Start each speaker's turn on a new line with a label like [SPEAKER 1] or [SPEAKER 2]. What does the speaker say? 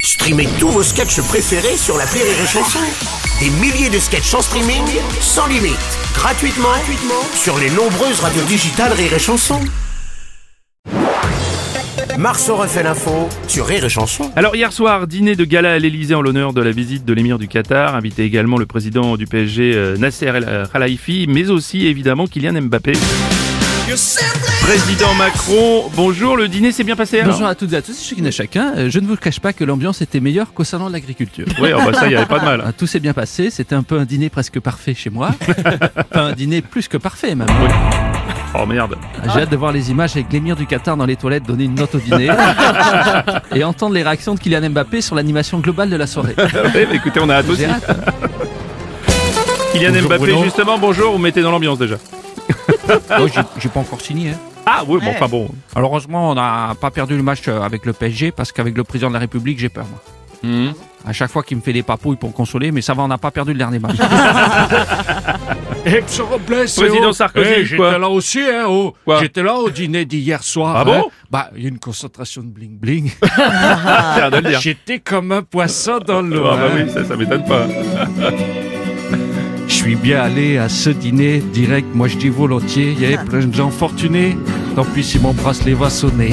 [SPEAKER 1] Streamez tous vos sketchs préférés sur la Rire et Chanson. Des milliers de sketchs en streaming, sans limite, gratuitement, gratuitement sur les nombreuses radios digitales Rire et Chanson. Marceau refait l'info sur Rire et Chanson.
[SPEAKER 2] Alors hier soir, dîner de gala à l'Elysée en l'honneur de la visite de l'émir du Qatar, invité également le président du PSG euh, Nasser El Khelaifi, mais aussi évidemment Kylian Mbappé. Président Macron, bonjour, le dîner s'est bien passé alors
[SPEAKER 3] Bonjour à toutes et à tous, c'est chacune et chacun. Euh, Je ne vous cache pas que l'ambiance était meilleure qu'au salon de l'agriculture.
[SPEAKER 2] Oui, oh, bah, ça, il n'y avait pas de mal.
[SPEAKER 3] Hein, Tout s'est bien passé, c'était un peu un dîner presque parfait chez moi. Enfin, un dîner plus que parfait même.
[SPEAKER 2] Oh merde.
[SPEAKER 3] J'ai hâte de voir les images avec l'émir du Qatar dans les toilettes donner une note au dîner et entendre les réactions de Kylian Mbappé sur l'animation globale de la soirée.
[SPEAKER 2] Ouais, bah, écoutez, on a hâte aussi.
[SPEAKER 3] J'ai hâte. hein
[SPEAKER 2] Kylian
[SPEAKER 3] Bonjour,
[SPEAKER 2] Mbappé,
[SPEAKER 3] Bruno.
[SPEAKER 2] justement, bonjour, vous mettez dans l'ambiance déjà.
[SPEAKER 3] Oh, j'ai- j'ai pas encore signé. hein.
[SPEAKER 2] Ah oui, bon, enfin bon.
[SPEAKER 3] Alors heureusement, on n'a pas perdu le match euh, avec le PSG parce qu'avec le président de la République, j'ai peur. Moi.
[SPEAKER 2] Hmm.
[SPEAKER 3] À chaque fois qu'il me fait des papouilles pour consoler, mais ça va, on n'a pas perdu le dernier match.
[SPEAKER 4] Et Monsieur Robles,
[SPEAKER 2] Président
[SPEAKER 4] oh,
[SPEAKER 2] Sarkozy,
[SPEAKER 4] eh,
[SPEAKER 2] quoi.
[SPEAKER 4] j'étais là aussi, hein, oh.
[SPEAKER 2] Quoi
[SPEAKER 4] j'étais là au dîner d'hier soir.
[SPEAKER 2] Ah
[SPEAKER 4] hein.
[SPEAKER 2] bon
[SPEAKER 4] Bah, il y a une concentration de bling bling.
[SPEAKER 3] Ah.
[SPEAKER 2] Tiens, de le dire.
[SPEAKER 4] j'étais comme un poisson dans
[SPEAKER 2] Ah
[SPEAKER 4] l'eau.
[SPEAKER 2] bah
[SPEAKER 4] hein.
[SPEAKER 2] oui, ça, ça m'étonne pas.
[SPEAKER 4] Je suis bien allé à ce dîner direct, moi je dis volontiers, il y avait plein de gens fortunés. Tant pis si mon bracelet va sonner.